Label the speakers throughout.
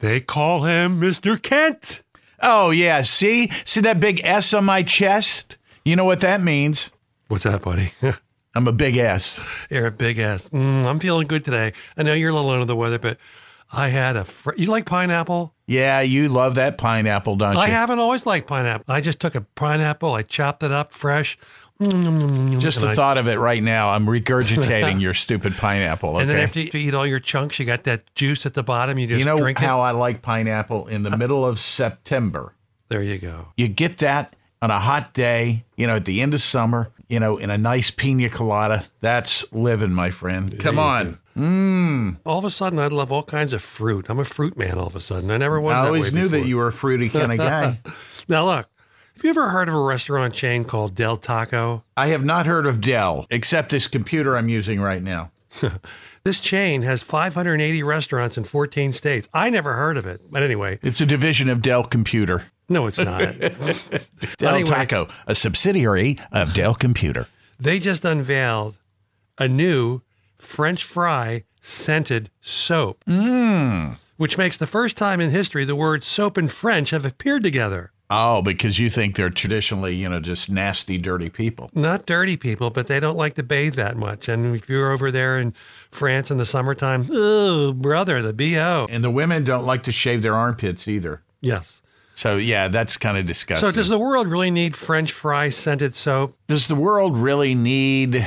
Speaker 1: They call him Mr. Kent.
Speaker 2: Oh, yeah. See? See that big S on my chest? You know what that means?
Speaker 1: What's that, buddy?
Speaker 2: I'm a big S.
Speaker 1: You're a big ass. Mm, I'm feeling good today. I know you're a little under the weather, but I had a. Fr- you like pineapple?
Speaker 2: Yeah, you love that pineapple, don't you?
Speaker 1: I haven't always liked pineapple. I just took a pineapple, I chopped it up fresh. Mm,
Speaker 2: Just the
Speaker 1: I-
Speaker 2: thought of it right now, I'm regurgitating your stupid pineapple. Okay.
Speaker 1: And then after you eat all your chunks, you got that juice at the bottom. You just
Speaker 2: you know
Speaker 1: drink
Speaker 2: how
Speaker 1: it.
Speaker 2: I like pineapple in the middle of September.
Speaker 1: There you go.
Speaker 2: You get that on a hot day, you know, at the end of summer, you know, in a nice pina colada. That's living, my friend. Come on.
Speaker 1: All of a sudden, I love all kinds of fruit. I'm a fruit man. All of a sudden, I never was.
Speaker 2: I
Speaker 1: that
Speaker 2: always
Speaker 1: way
Speaker 2: knew
Speaker 1: before.
Speaker 2: that you were a fruity kind of guy.
Speaker 1: Now look, have you ever heard of a restaurant chain called Del Taco?
Speaker 2: I have not heard of Dell, except this computer I'm using right now.
Speaker 1: This chain has 580 restaurants in 14 states. I never heard of it, but anyway,
Speaker 2: It's a division of Dell Computer.
Speaker 1: no, it's not.
Speaker 2: Dell
Speaker 1: Anyway.
Speaker 2: Taco, a subsidiary of Dell Computer.
Speaker 1: they just unveiled a new French fry scented soap, which makes the first time in history the words soap and French have appeared together.
Speaker 2: Oh, because you think they're traditionally, you know, just nasty, dirty people.
Speaker 1: Not dirty people, but they don't like to bathe that much. And if you're over there in France in the summertime, oh, brother, the BO.
Speaker 2: And the women don't like to shave their armpits either.
Speaker 1: Yes.
Speaker 2: So, yeah, that's kind of disgusting.
Speaker 1: So does the world really need French fry scented soap?
Speaker 2: Does the world really need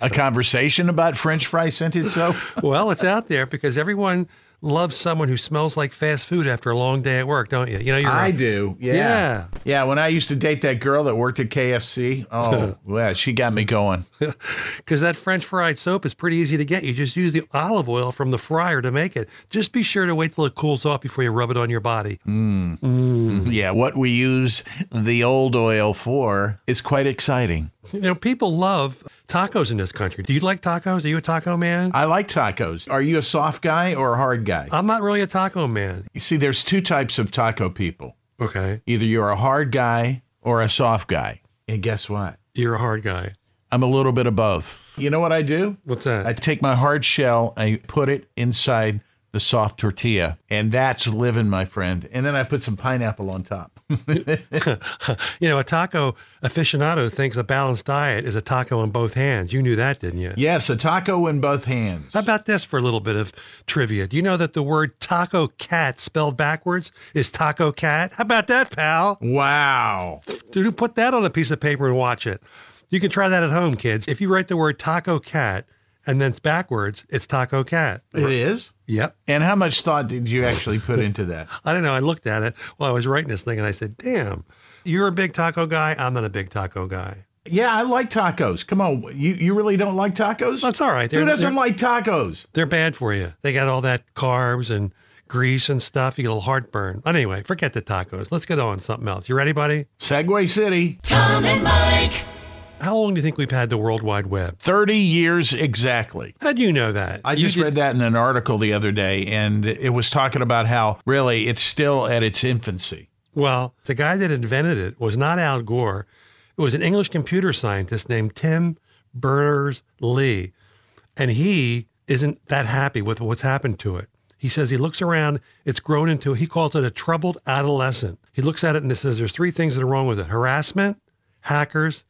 Speaker 2: a conversation about French fry scented soap?
Speaker 1: well, it's out there because everyone loves someone who smells like fast food after a long day at work, don't you? You know, you're
Speaker 2: I
Speaker 1: a-
Speaker 2: do. Yeah.
Speaker 1: Yeah.
Speaker 2: Yeah, When I used to date that girl that worked at KFC, oh, well, she got me going.
Speaker 1: because that French fried soap is pretty easy to get. You just use the olive oil from the fryer to make it. Just be sure to wait till it cools off before you rub it on your body.
Speaker 2: Mm. Yeah. What we use the old oil for is quite exciting.
Speaker 1: You know, people love tacos in this country. Do you like tacos? Are you a taco man?
Speaker 2: I like tacos. Are you a soft guy or a hard guy?
Speaker 1: I'm not really a taco man.
Speaker 2: You see, there's two types of taco people
Speaker 1: Okay.
Speaker 2: either you're a hard guy or a soft guy. And guess what?
Speaker 1: You're a hard guy.
Speaker 2: I'm a little bit of both. You know what I do?
Speaker 1: What's that?
Speaker 2: I take my hard shell, I put it inside the soft tortilla, and that's living, my friend. And then I put some pineapple on top.
Speaker 1: you know, a taco aficionado thinks a balanced diet is a taco in both hands. You knew that, didn't you?
Speaker 2: yes, a taco in both hands.
Speaker 1: How about this for a little bit of trivia? Do you know that the word taco cat spelled backwards is taco cat? How about that, pal?
Speaker 2: Wow.
Speaker 1: Dude, put that on a piece of paper and watch it. You can try that at home, kids. If you write the word taco cat and then it's backwards, it's taco cat.
Speaker 2: It is.
Speaker 1: Yep.
Speaker 2: And how much thought did you actually put into that?
Speaker 1: I don't know. I looked at it while I was writing this thing and I said, damn, you're a big taco guy. I'm not a big taco guy.
Speaker 2: Yeah, I like tacos. Come on, you, you really don't like tacos?
Speaker 1: That's all right. They're,
Speaker 2: Who doesn't
Speaker 1: they're,
Speaker 2: like tacos?
Speaker 1: they're bad for you. They got all that carbs and grease and stuff. You get a little heartburn. Anyway, forget the tacos. Let's get on to something else. You ready, buddy?
Speaker 2: Segway City,
Speaker 3: Tom and Mike.
Speaker 1: How long do you think we've had the World Wide Web?
Speaker 2: 30 years exactly.
Speaker 1: How do you know that?
Speaker 2: I
Speaker 1: You
Speaker 2: just
Speaker 1: did-
Speaker 2: read that in an article the other day, and it was talking about how really it's still at its infancy.
Speaker 1: Well, the guy that invented it was not Al Gore. It was an English computer scientist named Tim Berners Lee. And he isn't that happy with what's happened to it. He says he looks around, it's grown into, he calls it a troubled adolescent. He looks at it and says there's three things that are wrong with it harassment, hackers,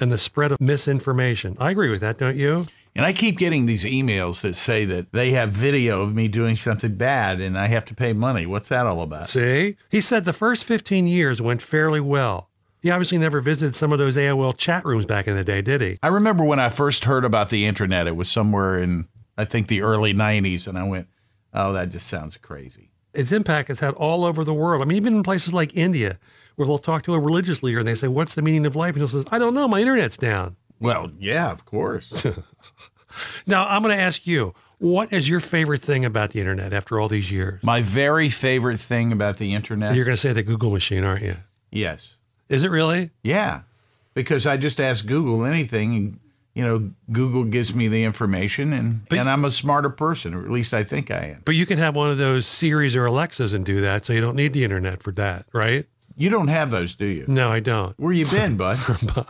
Speaker 1: and the spread of misinformation. I agree with that, don't you?
Speaker 2: And I keep getting these emails that say that they have video of me doing something bad and I have to pay money. What's that all about?
Speaker 1: See? He said the first 15 years went fairly well. He obviously never visited some of those AOL chat rooms back in the day, did he?
Speaker 2: I remember when I first heard about the internet, it was somewhere in, I think, the early 90s, and I went, oh, that just sounds crazy.
Speaker 1: its impact has had all over the world. I mean, even in places like India, where they'll talk to a religious leader and they say, What's the meaning of life? And he says, I don't know, my internet's down.
Speaker 2: Well, yeah, of course.
Speaker 1: Now, I'm going to ask you, what is your favorite thing about the internet after all these years?
Speaker 2: My very favorite thing about the internet?
Speaker 1: You're going to say the Google machine, aren't you?
Speaker 2: yes.
Speaker 1: Is it really?
Speaker 2: Yeah, because I just ask Google anything, and you know, Google gives me the information, and and I'm a smarter person, or at least I think I am.
Speaker 1: But you can have one of those Series or Alexas and do that, so you don't need the internet for that, right?
Speaker 2: You don't have those, do you?
Speaker 1: No, I don't.
Speaker 2: Where you been, bud?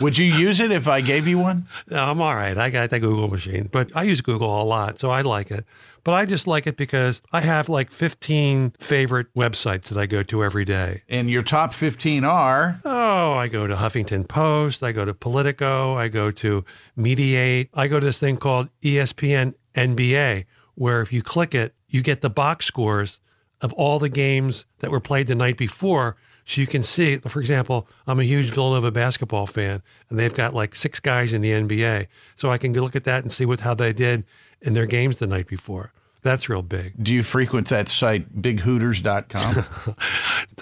Speaker 2: Would you use it if I gave you one?
Speaker 1: No, I'm all right. I got that Google machine, but I use Google a lot, so I like it. But I just like it because I have like 15 favorite websites that I go to every day.
Speaker 2: And your top 15 are
Speaker 1: Oh, I go to Huffington Post, I go to Politico, I go to Mediate, I go to this thing called E ESPN NBA, where if you click it, you get the box scores of all the games that were played the night before. So you can see, for example, I'm a huge Villanova basketball fan, and they've got like six guys in the NBA. So I can go look at that and see what how they did in their games the night before. That's real big.
Speaker 2: Do you frequent that site, bighooters.com?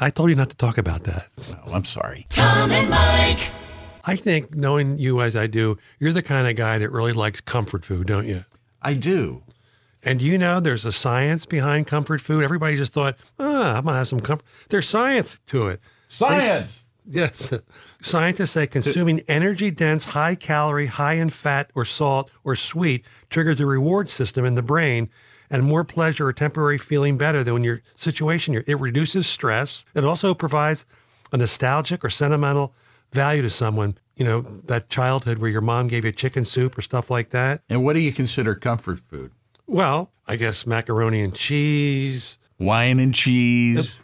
Speaker 1: I told you not to talk about that.
Speaker 2: oh, I'm sorry.
Speaker 3: Tom and Mike.
Speaker 1: I think knowing you as I do, you're the kind of guy that really likes comfort food, don't you?
Speaker 2: I do.
Speaker 1: And do you know there's a science behind comfort food? Everybody just thought, ah, I'm gonna have some comfort. There's science to it.
Speaker 2: Science.
Speaker 1: Yes. Scientists say consuming energy dense, high calorie, high in fat or salt or sweet triggers a reward system in the brain and more pleasure or temporary feeling better than when your situation you're, it reduces stress. It also provides a nostalgic or sentimental value to someone, you know, that childhood where your mom gave you chicken soup or stuff like that.
Speaker 2: And what do you consider comfort food?
Speaker 1: Well, I guess macaroni and cheese.
Speaker 2: Wine and cheese.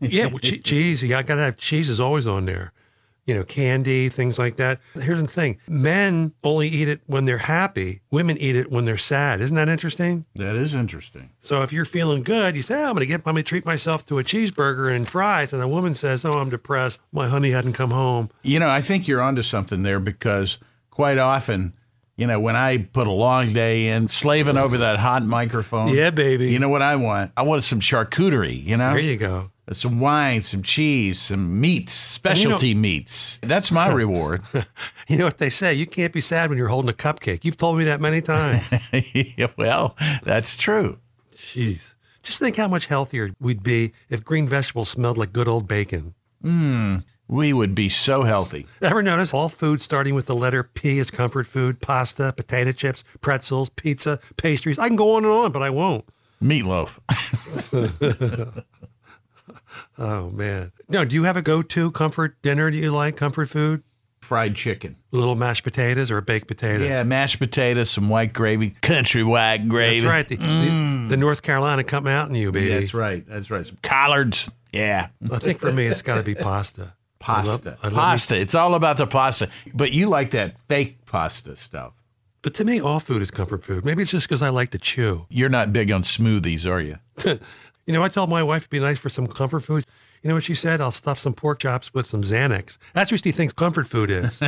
Speaker 1: yeah, well, che- cheese. You got to have cheese is always on there. You know, candy, things like that. Here's the thing: men only eat it when they're happy. Women eat it when they're sad. Isn't that interesting?
Speaker 2: That is interesting.
Speaker 1: So if you're feeling good, you say, oh, "I'm gonna get, I'm gonna treat myself to a cheeseburger and fries," and a woman says, "Oh, I'm depressed. My honey hadn't come home."
Speaker 2: You know, I think you're onto something there because quite often, you know, when I put a long day in slaving over that hot microphone,
Speaker 1: Yeah, baby.
Speaker 2: you know what I want? I want some charcuterie, you know?
Speaker 1: There you go.
Speaker 2: Some wine, some cheese, some meats,
Speaker 1: you know-
Speaker 2: specialty meats. That's my reward.
Speaker 1: You know what they say? You can't be sad when you're holding a cupcake. You've told me that many times.
Speaker 2: Yeah, well, that's true.
Speaker 1: Jeez. Just think how much healthier we'd be if green vegetables smelled like good old bacon.
Speaker 2: We would be so healthy.
Speaker 1: Ever notice all food starting with the letter P is comfort food, pasta, potato chips, pretzels, pizza, pastries. I can go on and on, but I won't.
Speaker 2: Meatloaf.
Speaker 1: Oh man. No, do you have a go-to comfort dinner that you like, comfort food?
Speaker 2: Fried chicken.
Speaker 1: Little mashed potatoes or a baked potato?
Speaker 2: Yeah, mashed potatoes, some white gravy, country white gravy.
Speaker 1: That's right. The, the- the North Carolina come out in you, baby.
Speaker 2: Mm. Yeah, that's right. That's right. Some collards. Yeah.
Speaker 1: I think for me it's gotta be pasta. I love-
Speaker 2: Pasta.
Speaker 1: I love me-
Speaker 2: pasta. It's all about the pasta. But you like that fake pasta stuff.
Speaker 1: But to me, all food is comfort food. Maybe it's just because I like to chew.
Speaker 2: You're not big on smoothies, are you?
Speaker 1: You know, I told my wife it'd be nice for some comfort food. You know what she said? I'll stuff some pork chops with some Xanax. That's what she thinks comfort food is.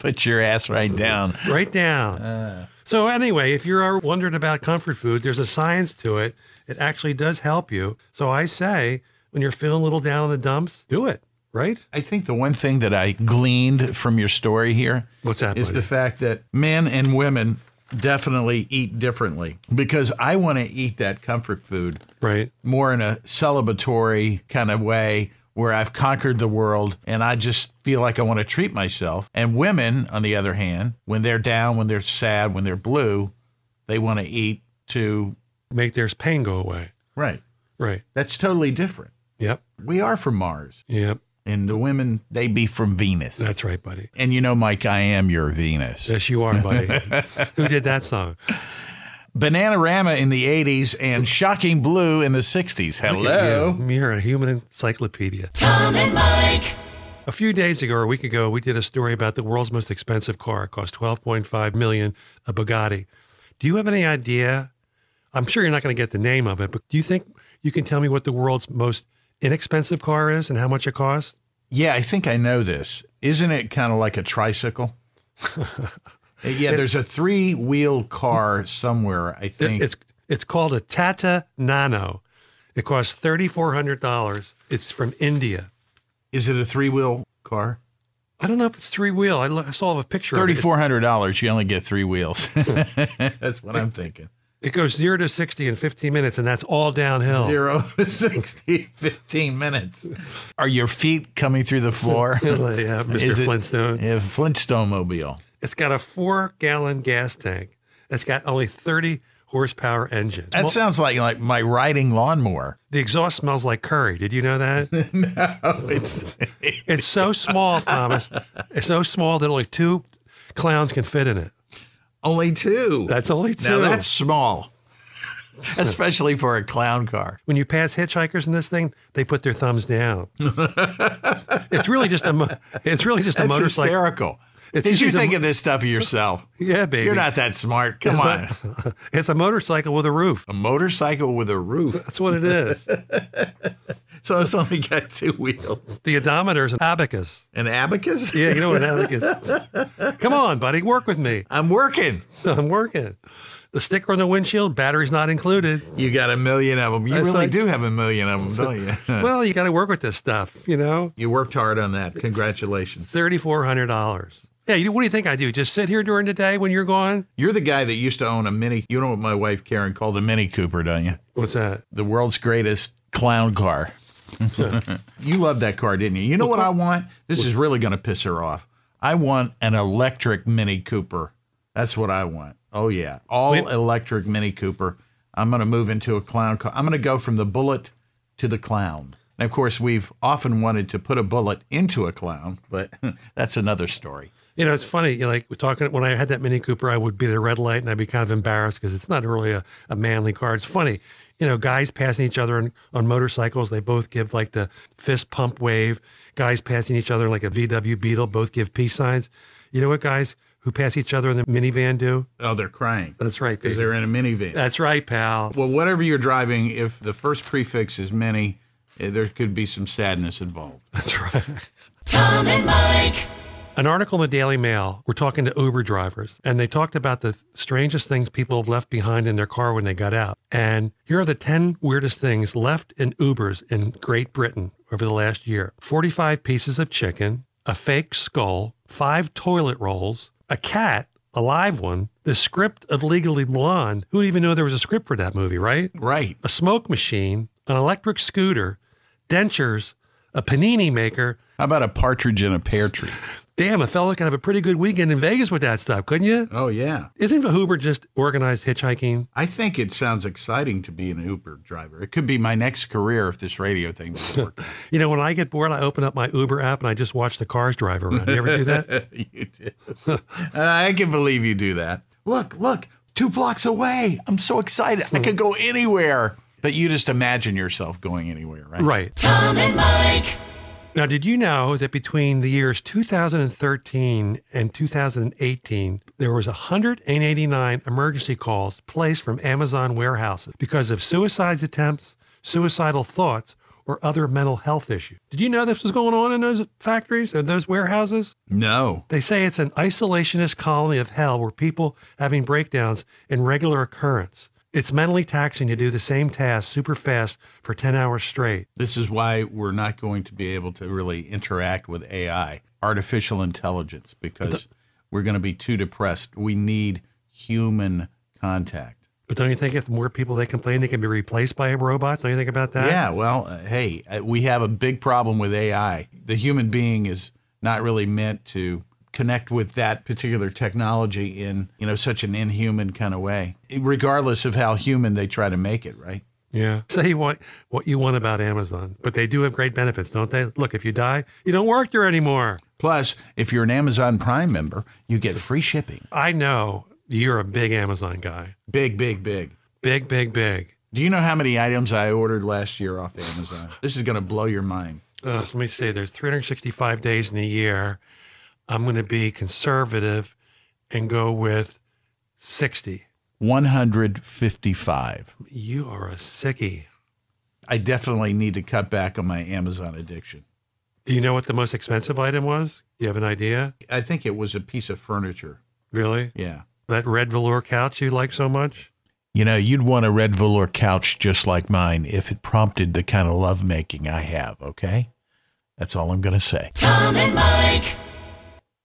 Speaker 2: Put your ass right down.
Speaker 1: right down.
Speaker 2: Uh.
Speaker 1: So anyway, if you're wondering about comfort food, there's a science to it. It actually does help you. So I say, when you're feeling a little down in the dumps, do it. Right?
Speaker 2: I think the one thing that I gleaned from your story here
Speaker 1: What's that?
Speaker 2: is
Speaker 1: buddy?
Speaker 2: the fact that men and women definitely eat differently because I want to eat that comfort food
Speaker 1: right.
Speaker 2: more in a celebratory kind of way where I've conquered the world and I just feel like I want to treat myself. And women, on the other hand, when they're down, when they're sad, when they're blue, they want to eat to.
Speaker 1: Make their pain go away.
Speaker 2: Right.
Speaker 1: Right.
Speaker 2: That's totally different.
Speaker 1: Yep.
Speaker 2: We are from Mars,
Speaker 1: Yep.
Speaker 2: and the women, they be from Venus.
Speaker 1: That's right, buddy.
Speaker 2: and you know, Mike, I am your Venus.
Speaker 1: Yes, you are, buddy. Who did that song?
Speaker 2: Bananarama in the 80s and Shocking Blue in the 60s. Hello.
Speaker 1: You. You're a human encyclopedia.
Speaker 3: Tom and Mike.
Speaker 1: A few days ago, or a week ago, we did a story about the world's most expensive car. It cost twelve point five million, a Bugatti. Do you have any idea? I'm sure you're not going to get the name of it, but do you think you can tell me what the world's most inexpensive car is and how much it costs?
Speaker 2: Yeah, I think I know this. Isn't it kind of like a tricycle? yeah, there's a three wheel car somewhere, I
Speaker 1: It-
Speaker 2: think.
Speaker 1: it's it's called a Tata Nano. It costs thirty four hundred dollars. It's from India.
Speaker 2: Is it a three wheel car?
Speaker 1: I don't know if it's three wheel. I, lo- I still have a picture. of it. It's-
Speaker 2: $3,400. You only get three wheels. That's what I'm thinking.
Speaker 1: It goes zero to sixty in fifteen minutes, and that's all downhill.
Speaker 2: Zero, 60, 15 minutes. Are your feet coming through the floor?
Speaker 1: yeah,
Speaker 2: Is
Speaker 1: Mr.
Speaker 2: it-
Speaker 1: Flintstone.
Speaker 2: Yeah, Flintstone mobile.
Speaker 1: It's got a four gallon gas tank. It's got only 30 horsepower engine.
Speaker 2: That
Speaker 1: Well,
Speaker 2: sounds like like my riding lawnmower.
Speaker 1: the exhaust smells like curry. Did you know that?
Speaker 2: Oh, It's
Speaker 1: it's so small, Thomas. It's so small that only two clowns can fit in it.
Speaker 4: Only two.
Speaker 1: That's only two.
Speaker 4: now that's small, especially for a clown car.
Speaker 1: when you pass hitchhikers in this thing, they put their thumbs down. it's really just a. mo- It's really just a
Speaker 4: That's
Speaker 1: motorcycle.
Speaker 4: hysterical.
Speaker 1: It's
Speaker 4: Did you
Speaker 1: usually the
Speaker 4: think
Speaker 1: mo-
Speaker 4: of this stuff yourself?
Speaker 1: Yeah, baby.
Speaker 4: You're not that smart. Come
Speaker 1: It's
Speaker 4: on.
Speaker 1: not- it's a motorcycle with a roof.
Speaker 4: a motorcycle with a roof.
Speaker 1: That's what it is.
Speaker 4: So it's only got two wheels.
Speaker 1: the odometer is an abacus.
Speaker 4: An abacus?
Speaker 1: Yeah, you know what an abacus is. Come on, buddy, work with me.
Speaker 4: I'm working.
Speaker 1: I'm working. The sticker on the windshield, battery's not included.
Speaker 4: You got a million of them. You
Speaker 1: That's
Speaker 4: really
Speaker 1: like-
Speaker 4: do have a million of them, don't you?
Speaker 1: Well, you got to work with this stuff, you know?
Speaker 4: you worked hard on that. Congratulations.
Speaker 1: $3,400. Yeah, you, what do you think I do? Just sit here during the day when you're gone?
Speaker 2: You're the guy that used to own a Mini. You know what my wife Karen called a Mini Cooper, don't you?
Speaker 1: What's that?
Speaker 2: The world's greatest clown car. you love that car, didn't you? You know what I want? This is really going to piss her off. I want an electric Mini Cooper. That's what I want. Oh yeah, all electric Mini Cooper. I'm going to move into a clown car. I'm going to go from the bullet to the clown. And of course, we've often wanted to put a bullet into a clown, but that's another story.
Speaker 1: You know, it's funny. You know, like we're talking when I had that Mini Cooper, I would be at a red light and I'd be kind of embarrassed because it's not really a, a manly car. It's funny. You know, guys passing each other on, on motorcycles, they both give like the fist pump wave. Guys passing each other like a VW Beetle, both give peace signs. You know what guys who pass each other in the minivan do?
Speaker 2: Oh, they're crying
Speaker 1: That's right,
Speaker 2: because
Speaker 1: baby.
Speaker 2: they're in a minivan.
Speaker 1: That's right, pal.
Speaker 2: Well, whatever you're driving, if the first prefix is many, eh, there could be some sadness involved.
Speaker 1: That's right.
Speaker 3: Tom and Mike.
Speaker 1: An article in the Daily Mail, we're talking to Uber drivers, and they talked about the strangest things people have left behind in their car when they got out. And here are the 10 weirdest things left in Ubers in Great Britain over the last year 45 pieces of chicken, a fake skull, five toilet rolls, a cat, a live one, the script of Legally Blonde. Who would even know there was a script for that movie, right?
Speaker 2: Right.
Speaker 1: A smoke machine, an electric scooter, dentures, a panini maker,
Speaker 2: How about a partridge in a pear tree?
Speaker 1: Damn, a fella could have a pretty good weekend in Vegas with that stuff, couldn't you?
Speaker 2: Oh, yeah.
Speaker 1: Isn't Uber just organized hitchhiking?
Speaker 2: I think it sounds exciting to be an Uber driver. It could be my next career if this radio thing doesn't work.
Speaker 1: You know, when I get bored, I open up my Uber app and I just watch the cars drive around. You ever do that?
Speaker 2: you do. I can believe you do that. Look, look, two blocks away. I'm so excited. I could go anywhere. But you just imagine yourself going anywhere, right?
Speaker 1: right.
Speaker 3: Tom and Mike.
Speaker 1: Now, did you know that between the years 2013 and 2018, there was 189 emergency calls placed from Amazon warehouses because of suicides attempts, suicidal thoughts, or other mental health issues? Did you know this was going on in those factories or those warehouses?
Speaker 2: No.
Speaker 1: They say it's an isolationist colony of hell where people having breakdowns in regular occurrence. It's mentally taxing to do the same task super fast for 10 hours straight.
Speaker 2: This is why we're not going to be able to really interact with AI, artificial intelligence, because we're going to be too depressed. We need human contact.
Speaker 1: But don't you think if more people they complain, they can be replaced by robots? Don't you think about that?
Speaker 2: yeah, well, uh, hey, uh, we have a big problem with AI. The human being is not really meant to connect with that particular technology in, you know, such an inhuman kind of way, regardless of how human they try to make it, right?
Speaker 1: Yeah. Say what, what you want about Amazon, but they do have great benefits, don't they? Look, if you die, you don't work there anymore.
Speaker 2: Plus, if you're an Amazon Prime member, you get free shipping.
Speaker 1: I know you're a big Amazon guy.
Speaker 2: Big, big, big.
Speaker 1: Big, big, big.
Speaker 2: Do you know how many items I ordered last year off Amazon? This is going to blow your mind.
Speaker 1: Uh, let me see. There's 365 days in a year. I'm going to be conservative and go with 60.
Speaker 2: 155.
Speaker 1: You are a sickie.
Speaker 2: I definitely need to cut back on my Amazon addiction.
Speaker 1: Do you know what the most expensive item was? Do you have an idea?
Speaker 2: I think it was a piece of furniture.
Speaker 1: Really?
Speaker 2: Yeah.
Speaker 1: That red velour couch you like so much?
Speaker 2: You know, you'd want a red velour couch just like mine if it prompted the kind of lovemaking I have, okay? That's all I'm going to say.
Speaker 3: Tom and Mike.